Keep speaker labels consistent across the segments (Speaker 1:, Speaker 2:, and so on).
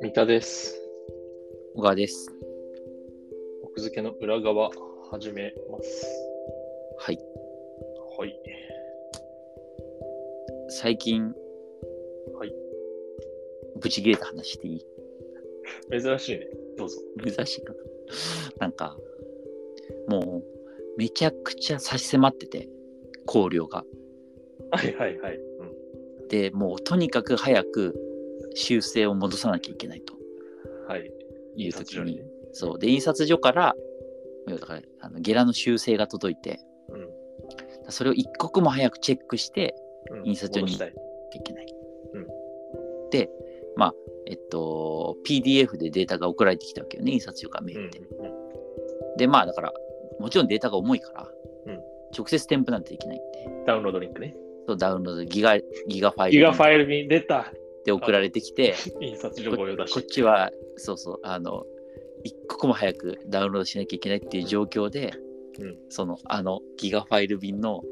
Speaker 1: 三田です。
Speaker 2: 小川です。
Speaker 1: 奥付けの裏側始めます。
Speaker 2: はい。
Speaker 1: はい。
Speaker 2: 最近、
Speaker 1: はい。
Speaker 2: ブチ切れた話していい
Speaker 1: 珍しいね。どうぞ。
Speaker 2: 難しいかな。なんか、もう、めちゃくちゃ差し迫ってて、考慮が。
Speaker 1: はいはいはい。うん、
Speaker 2: で、もう、とにかく早く修正を戻さなきゃいけないと
Speaker 1: はい。
Speaker 2: い
Speaker 1: 印
Speaker 2: う時に、
Speaker 1: 刷所にね
Speaker 2: そう。で、印刷所から、要はだからあのゲラの修正が届いて、
Speaker 1: うん。
Speaker 2: それを一刻も早くチェックして、
Speaker 1: うん、
Speaker 2: 印刷所に
Speaker 1: 戻したい。
Speaker 2: いけない。
Speaker 1: うん
Speaker 2: で、まあ、えっと、PDF でデータが送られてきたわけよね、印刷所からメ
Speaker 1: うん
Speaker 2: ールで。
Speaker 1: うんうん。
Speaker 2: で、まあ、だから、もちろんデータが重いから、
Speaker 1: うん
Speaker 2: 直接添付なんてできないんで、
Speaker 1: ダウンロードリンクね。
Speaker 2: そうダウンロードギガ、ギガファイ
Speaker 1: ギガ
Speaker 2: ル
Speaker 1: ファイルに出た
Speaker 2: で送られてきて、
Speaker 1: 印刷所
Speaker 2: こ
Speaker 1: ご用だし
Speaker 2: こっ。ちは、そうそう、あの、一刻も早くダウンロードしなきゃいけないっていう状況で、
Speaker 1: うん
Speaker 2: その、あの、ギガファイル便の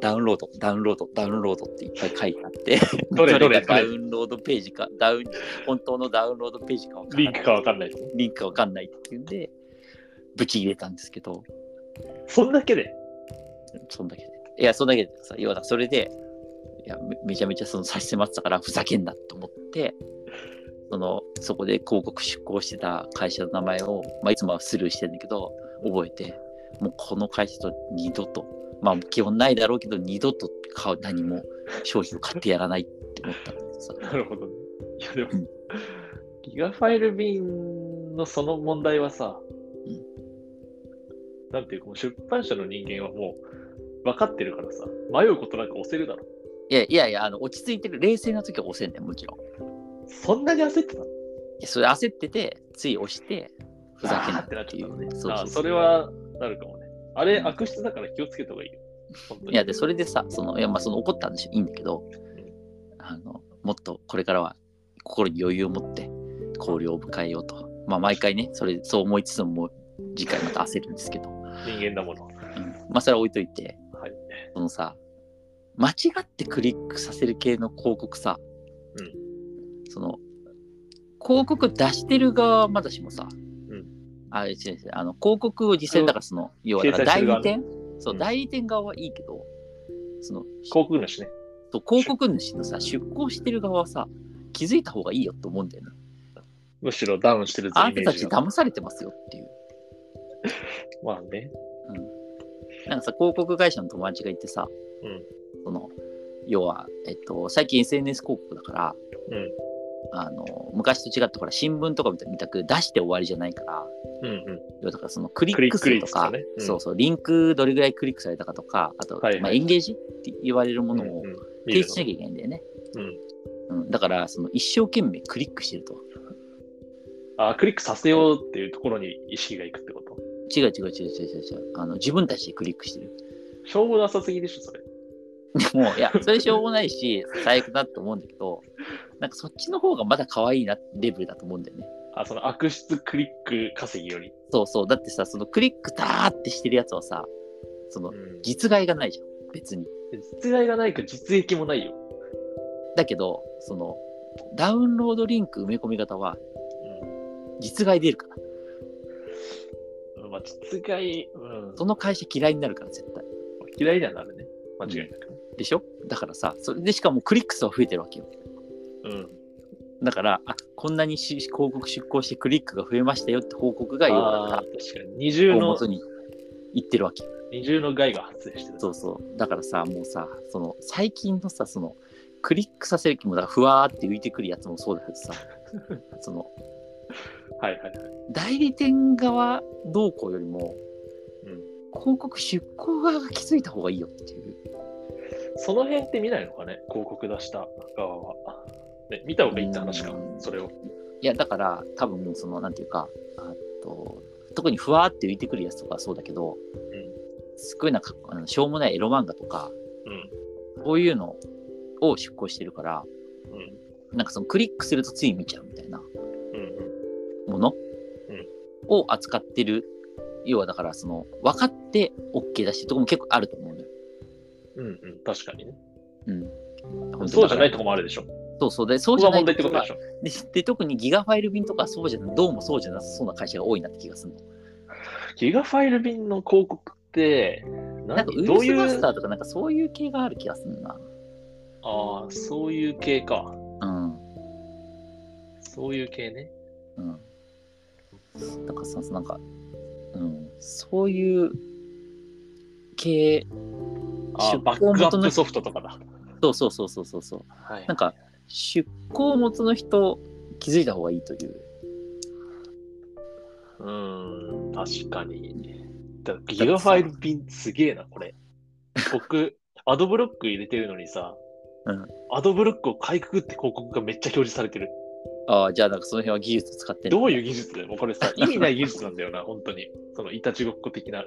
Speaker 2: ダウンロード、ダウンロード、ダウンロードっていっぱい書いてあって、
Speaker 1: どれ
Speaker 2: そ
Speaker 1: どれ
Speaker 2: が
Speaker 1: ど
Speaker 2: ダ
Speaker 1: れ
Speaker 2: ウンロードページか、ダウン、本当のダウンロードページかわから
Speaker 1: リ
Speaker 2: な
Speaker 1: ン
Speaker 2: い。
Speaker 1: クかわかんない。
Speaker 2: リンクかわかんないっていうんで、ブチ入れたんですけど、
Speaker 1: そんだけで。
Speaker 2: そんだけで。いや、そんだけでさ、要はそれで、いや、めめちゃめちゃその差し迫ってたから、ふざけんなと思って、その、そこで広告出稿してた会社の名前を、まあ、いつもはスルーしてんだけど、覚えて、もうこの会社と二度と、まあ、基本ないだろうけど、二度と買う何も商品を買ってやらないって思ったんだけどさ。
Speaker 1: なるほどね。いやでも
Speaker 2: うん、
Speaker 1: ギガファイル便のその問題はさ、
Speaker 2: うん
Speaker 1: なんていうか、もう出版社の人間はもう分かってるからさ、迷うことなんか押せるだろ。
Speaker 2: いやいやいや、あの、落ち着いてる、冷静な時は押せんねもちろん。い
Speaker 1: そんなに焦ってたの
Speaker 2: や、それ焦ってて、つい押して、ふざけんな
Speaker 1: あーっ
Speaker 2: って
Speaker 1: なっち
Speaker 2: て
Speaker 1: ゃっ
Speaker 2: い
Speaker 1: たの
Speaker 2: う
Speaker 1: ね。
Speaker 2: そう
Speaker 1: あ
Speaker 2: そ
Speaker 1: ー
Speaker 2: う
Speaker 1: そ
Speaker 2: そう。
Speaker 1: れはなるかもね。あれ、
Speaker 2: うん
Speaker 1: 悪質だから気をつけた方がいいよ。本当に
Speaker 2: いやでそれでさそのいやまあその怒ったんでしょいいんだけどあのもっとこれからは心に余裕を持って交流を迎えようとまあ毎回ねそれそう思いつつももう次回また焦るんですけど、うん、
Speaker 1: 人間だもの。
Speaker 2: まあそれは置いといて
Speaker 1: はい。
Speaker 2: そのさ間違ってクリックさせる系の広告さ、
Speaker 1: うん
Speaker 2: その広告出してる側はまだしもさ、
Speaker 1: うん
Speaker 2: あ違う違うあの広告を実際だからその要はだから
Speaker 1: 掲載して
Speaker 2: 代
Speaker 1: る側
Speaker 2: 理
Speaker 1: ね
Speaker 2: 店そううん代理店側はいいけどその
Speaker 1: 航空主ね。
Speaker 2: そう広告主のさ出向してる側はさ気づいた方がいいよと思うんだよね。
Speaker 1: むしろダウンしてる
Speaker 2: あ
Speaker 1: イ
Speaker 2: んた
Speaker 1: メ
Speaker 2: た
Speaker 1: ー
Speaker 2: ち
Speaker 1: ジが。
Speaker 2: 騙されてますよっていう。
Speaker 1: まあね。
Speaker 2: なんかさ広告会社の友達がいてさ、
Speaker 1: うん
Speaker 2: その要は、えっと、最近 SNS 広告だから
Speaker 1: うん。
Speaker 2: あの昔と違ってほら新聞とかみたく出して終わりじゃないから
Speaker 1: うんうん。
Speaker 2: 要はだからそのクリ
Speaker 1: クリ
Speaker 2: ッ
Speaker 1: ック
Speaker 2: ク
Speaker 1: 率
Speaker 2: 数と
Speaker 1: と
Speaker 2: か
Speaker 1: かねうん
Speaker 2: そうそうリンクどれぐらいクリックされたかとかあと、
Speaker 1: はいはい
Speaker 2: まあ、エンゲージって言われるものを
Speaker 1: うんうん見る
Speaker 2: 提出しなきゃいけないんだよね。
Speaker 1: のうん
Speaker 2: うん、だからその一生懸命クリックしてると。
Speaker 1: あクリックさせようっていうところに意識がいくってこと
Speaker 2: 違う違う違う違う違う違うあの自分たちでクリックしてる。
Speaker 1: しょうもなさすぎでしょ、それ。
Speaker 2: もういやそれしょうもないし最悪だと思うんだけどなんかそっちの方がまだ可愛いなレベルだと思うんだよね
Speaker 1: あ、その悪質クリック稼ぎより。
Speaker 2: そうそうだってさそのクリックダーってしてるやつはさその
Speaker 1: うん
Speaker 2: 実害がないじゃん別に
Speaker 1: 実害がないか実益もないよ。
Speaker 2: だけどそのダウンロードリンク埋め込み型は
Speaker 1: う
Speaker 2: 実害出るから
Speaker 1: ん。まあ、実害、うん。
Speaker 2: その会社嫌いになるから絶対
Speaker 1: 嫌いにはなるね。間違いなくね。
Speaker 2: でしょだからさそれでしかもクリック数は増えてるわけよ
Speaker 1: うん。
Speaker 2: だからあこんなにし広告出稿してクリックが増えましたよって報告が要はだ
Speaker 1: あ
Speaker 2: か
Speaker 1: あ
Speaker 2: ら
Speaker 1: ー、確かに。二重
Speaker 2: 大
Speaker 1: の、
Speaker 2: 元に言ってるわけよ
Speaker 1: 二重の害が発生してる。
Speaker 2: そうそうだからさもうさその最近のさそのクリックさせる気もだからふわーって浮いてくるやつもそうだけどさその
Speaker 1: はいはいはい。
Speaker 2: 代理店側どうこうよりも
Speaker 1: うん。
Speaker 2: 広告出向側が気づいた方がいいよっていう
Speaker 1: その辺って見ないのかね、広告出した側は。ね、見た方がいいって話か
Speaker 2: う、ん
Speaker 1: それを。
Speaker 2: いやだから多分もうそのなんていうかあと特にふわーって浮いてくるやつとかはそうだけど、すごいなんかあのしょうもないエロ漫画とか
Speaker 1: うん。
Speaker 2: こういうのを出向してるから
Speaker 1: うん。
Speaker 2: なんかそのクリックするとつい見ちゃうみたいな
Speaker 1: うん。うん。
Speaker 2: もの
Speaker 1: うん
Speaker 2: を扱ってる、要はだからその分かって OK だしとこも結構あると思うのよ。
Speaker 1: うん。うん。確かにね。
Speaker 2: 本当
Speaker 1: そうじゃないと
Speaker 2: だか
Speaker 1: こもあるでしょ。こ
Speaker 2: らそうそうでそう
Speaker 1: こ
Speaker 2: じゃ
Speaker 1: が
Speaker 2: ない
Speaker 1: 問題ってことでしょ。
Speaker 2: でで特にギガファイル便とかそうじゃなどうもそうじゃなさそうな会社が多いなって気がするの
Speaker 1: ギガファイル便の広告って、
Speaker 2: なんかウ
Speaker 1: 何
Speaker 2: イ
Speaker 1: ど
Speaker 2: ル
Speaker 1: う
Speaker 2: ス
Speaker 1: い
Speaker 2: マス
Speaker 1: う、
Speaker 2: タ
Speaker 1: あ
Speaker 2: ーとかなんかそういう系がある気がするな
Speaker 1: あー、そういう系か。
Speaker 2: うん
Speaker 1: そういう系ね。
Speaker 2: うん。だからさ、なんか、うん、そういう系、
Speaker 1: あー
Speaker 2: 出向
Speaker 1: バックア
Speaker 2: 元
Speaker 1: ッ
Speaker 2: の
Speaker 1: プソフトとかだ。
Speaker 2: そうそうそうそうそうそう。
Speaker 1: はい
Speaker 2: なんか、出向元の人、気づいた方がいいという。
Speaker 1: うーん、確かに。だギガファイル便すげえな、これ。僕、 アドブロック入れてるのにさ、
Speaker 2: うん
Speaker 1: アドブロックをかいくぐって広告がめっちゃ表示されてる。
Speaker 2: ああ、じゃあなんかその辺は技術使ってんの
Speaker 1: どういう技術だよ。もうこれさ、意味ない技術なんだよな、 本当に。そのいたちごっこ的な。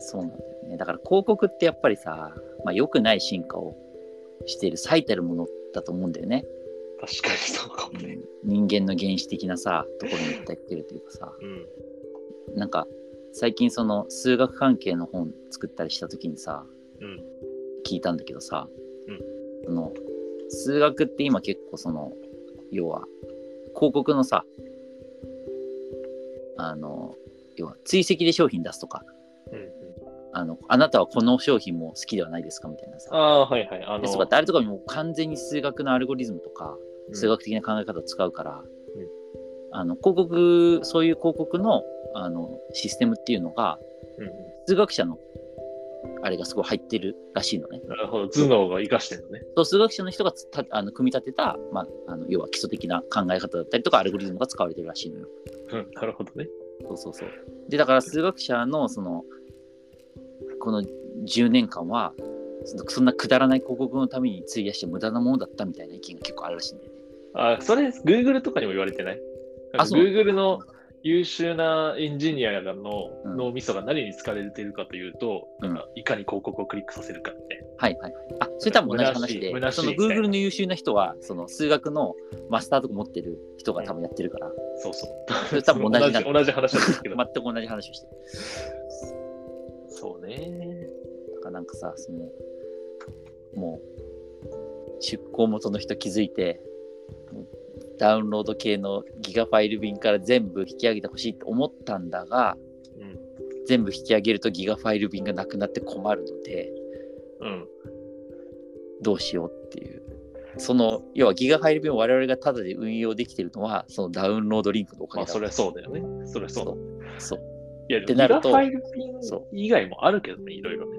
Speaker 2: そうなんだよね。だから広告ってやっぱりさ、まあ良くない進化をしている最たるものだと思うんだよね。
Speaker 1: 確かにそうかも
Speaker 2: う
Speaker 1: ね。
Speaker 2: ん人間の原始的なさ、ところに訴えてるというかさ。
Speaker 1: うん。
Speaker 2: なんか最近その数学関係の本作ったりした時にさ、
Speaker 1: うん
Speaker 2: 聞いたんだけどさ、
Speaker 1: うん
Speaker 2: その数学って今結構その要は広告のさあの要は追跡で商品出すとか
Speaker 1: うんうん、
Speaker 2: あのあなたはこの商品も好きではないですかみたいな
Speaker 1: あ
Speaker 2: さ
Speaker 1: あ、はいはい。あ
Speaker 2: で
Speaker 1: の
Speaker 2: そうかってあれとかもう完全に数学のアルゴリズムとか数学的な考え方を使うから、
Speaker 1: うん
Speaker 2: あの広告そういう広告のあのシステムっていうのが
Speaker 1: うんうん
Speaker 2: 数学者のあれがすごい入ってるらしいのね。
Speaker 1: なるほど、頭脳が生かしてるのね。
Speaker 2: そう数学者の人がつたあの組み立てた、まあ、あの要は基礎的な考え方だったりとかアルゴリズムが使われてるらしいのよ。
Speaker 1: うん、なるほどね。
Speaker 2: そうそうそう。でだから数学者のそのこの10年間はそのそんなくだらない広告のために費やして無駄なものだったみたいな意見が結構あるらしいんだよね。
Speaker 1: あ、それ、Google とかにも言われてない
Speaker 2: あそう
Speaker 1: ?Google の優秀なエンジニアの
Speaker 2: うん
Speaker 1: 脳みそが何に使われているかというと、
Speaker 2: う
Speaker 1: な
Speaker 2: ん
Speaker 1: んかいかに広告をクリックさせるかみたい
Speaker 2: はいはいはい。あ、それ多分同じ話で、
Speaker 1: 虚しい虚しい
Speaker 2: その
Speaker 1: みたいな
Speaker 2: Google の優秀な人は、その数学のマスターとか持ってる人が多分やってるから、
Speaker 1: な。そうそう。
Speaker 2: それ多分同じ
Speaker 1: 同
Speaker 2: な
Speaker 1: じ同じ話なんですけど。
Speaker 2: 全く同じ話をしてる。
Speaker 1: そうね。
Speaker 2: だからなんかさ、その、もう、出向元の人気づいて、もうダウンロード系のギガファイル便から全部引き上げてほしいと思ったんだが、
Speaker 1: うん。
Speaker 2: 全部引き上げるとギガファイル便がなくなって困るので、
Speaker 1: うん。
Speaker 2: どうしようっていう。その要はギガファイル便を我々がタダで運用できてるのはそのダウンロードリンクのおか
Speaker 1: ま
Speaker 2: げ
Speaker 1: あ、
Speaker 2: だ
Speaker 1: それはそうだよね。それはそうだ。
Speaker 2: そう
Speaker 1: いや、
Speaker 2: っ
Speaker 1: で
Speaker 2: て
Speaker 1: も、ギガ
Speaker 2: なる
Speaker 1: フ
Speaker 2: と
Speaker 1: ァイルピン
Speaker 2: そ
Speaker 1: 以外もあるけどね、いろいろね。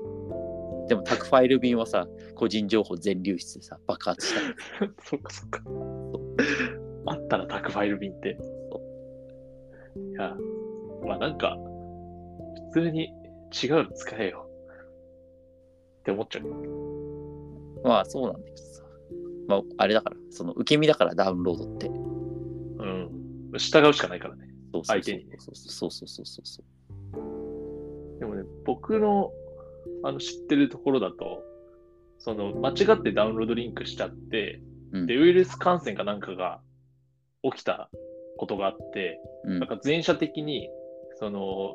Speaker 2: でも宅ファイル便はさ個人情報全流出でさ爆発した
Speaker 1: そっかそっか。あったら宅ファイル便って。いや、まあなんか、普通に違うの使えよ。って思っちゃう。
Speaker 2: まあそうなんだけどさまああれだからその受け身だからダウンロードってそう
Speaker 1: うん。従うしかないからね。
Speaker 2: そうそう
Speaker 1: 相手にね
Speaker 2: そうそうそうそうそう
Speaker 1: でもね、僕のあの知ってるところだと、その間違ってダウンロードリンクしちゃって、
Speaker 2: うん
Speaker 1: で、ウイルス感染かなんかが起きたことがあって、
Speaker 2: うん
Speaker 1: なんか全社的に、その、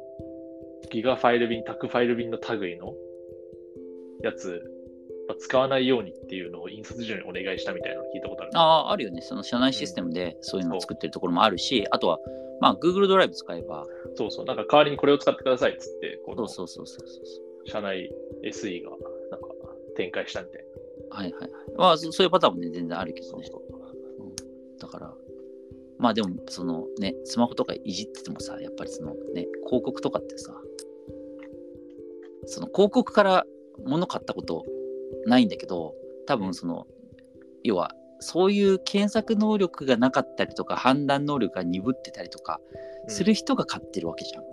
Speaker 1: ギガファイル便、タクファイル便の類のやつ、まあ使わないようにっていうのを印刷所にお願いしたみたいなのを聞いたことある。
Speaker 2: あああるよねその社内システムでそういうのを作ってるところもあるし、あとはまあ Google ドライブ使えば
Speaker 1: そうそう、なんか代わりにこれを使ってくださいっつって、こ
Speaker 2: そ
Speaker 1: の
Speaker 2: うそうそうそうそうそう
Speaker 1: 社内 SE がなんか展開したみたい
Speaker 2: はいはいはいまあそそういうパターンもね全然あるけどねだから、まあでも、そのね、スマホとかいじっててもさ、やっぱりそのね、広告とかってさ、その広告から物買ったことないんだけど、多分その、要は、そういう検索能力がなかったりとか、判断能力が鈍ってたりとか、
Speaker 1: な。
Speaker 2: す
Speaker 1: う
Speaker 2: る
Speaker 1: ん
Speaker 2: 人が買ってるわけじゃん。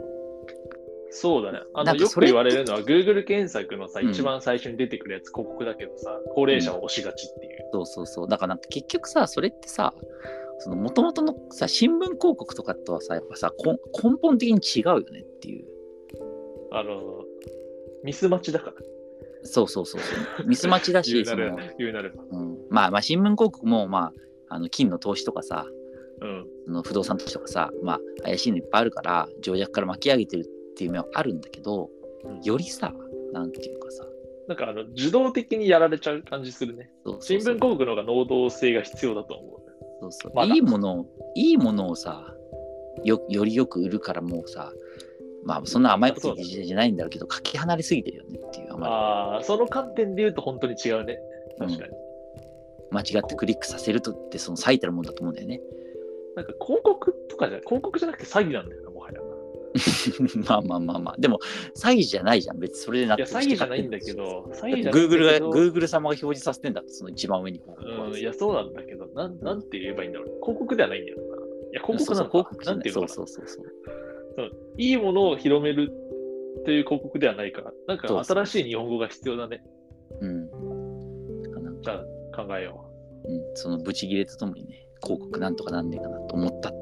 Speaker 1: そうだね。あ
Speaker 2: な
Speaker 1: の
Speaker 2: ん
Speaker 1: よ
Speaker 2: か
Speaker 1: く
Speaker 2: それ
Speaker 1: 言われるのは、Google 検索のさ、
Speaker 2: うん
Speaker 1: 一番最初に出てくるやつ、広告だけどさ、高齢者を押しがちっていう。
Speaker 2: そうそうそう。だからなんか結局さ、それってさ、その元々のさ、新聞広告とかとはさ、やっぱさ、こん根本的に違うよねっていう。
Speaker 1: あの、ミス待ちだから。
Speaker 2: そうそうそうそう。ミスマッチだ
Speaker 1: 言う
Speaker 2: し、
Speaker 1: な
Speaker 2: その、
Speaker 1: る、言うなる。
Speaker 2: うん、まあまあ新聞広告も、まあ、あの金の投資とかさ、
Speaker 1: うん。
Speaker 2: その不動産投資とかさ、まあ怪しいのいっぱいあるから、情弱から巻き上げてるっていう面はあるんだけど
Speaker 1: うん、
Speaker 2: よりさ、なんていうかさ、
Speaker 1: なんかあの自動的にやられちゃう感じするね。
Speaker 2: そうそ
Speaker 1: 新
Speaker 2: うそ
Speaker 1: 聞
Speaker 2: う
Speaker 1: 広告の方が能動性が必要だと思う。
Speaker 2: そうそう
Speaker 1: まだ
Speaker 2: いいものをいいものをさよよりよく売るからもうさまあそんな甘いこと言ってる時代じゃないんだろうけどかけ離れすぎてるよねっていうあま
Speaker 1: ああ、その観点で言うと本当に違うね。確かに。
Speaker 2: り間違ってクリックさせるとってその最たるもんだと思うんだよね
Speaker 1: なんか広告とかじゃ広告じゃなくて詐欺なんだよな、もはや。
Speaker 2: まあまあまあまあでも詐欺じゃないじゃん別にそれで納
Speaker 1: いや、
Speaker 2: 得
Speaker 1: 詐欺じゃないんだけど、詐欺じゃないんだけど
Speaker 2: Google が Google 様が表示させてんだってその一番上にこう
Speaker 1: うん、いや、そうなんだけど、なんなんて言えばいいんだろう。広告ではないんだよな。いや、広告なの
Speaker 2: そ
Speaker 1: か
Speaker 2: うそう広告じゃ
Speaker 1: ないんていう
Speaker 2: そ
Speaker 1: の
Speaker 2: う
Speaker 1: かな
Speaker 2: そうそうそう
Speaker 1: いいものを広めるという広告ではないから、なんか
Speaker 2: そうそう
Speaker 1: 新しい日本語が必要だね。
Speaker 2: うんなんかなんか
Speaker 1: じゃあ、考えよう。
Speaker 2: うん、そのブチギレとともにね広告なんとかなんねえかなと思ったっ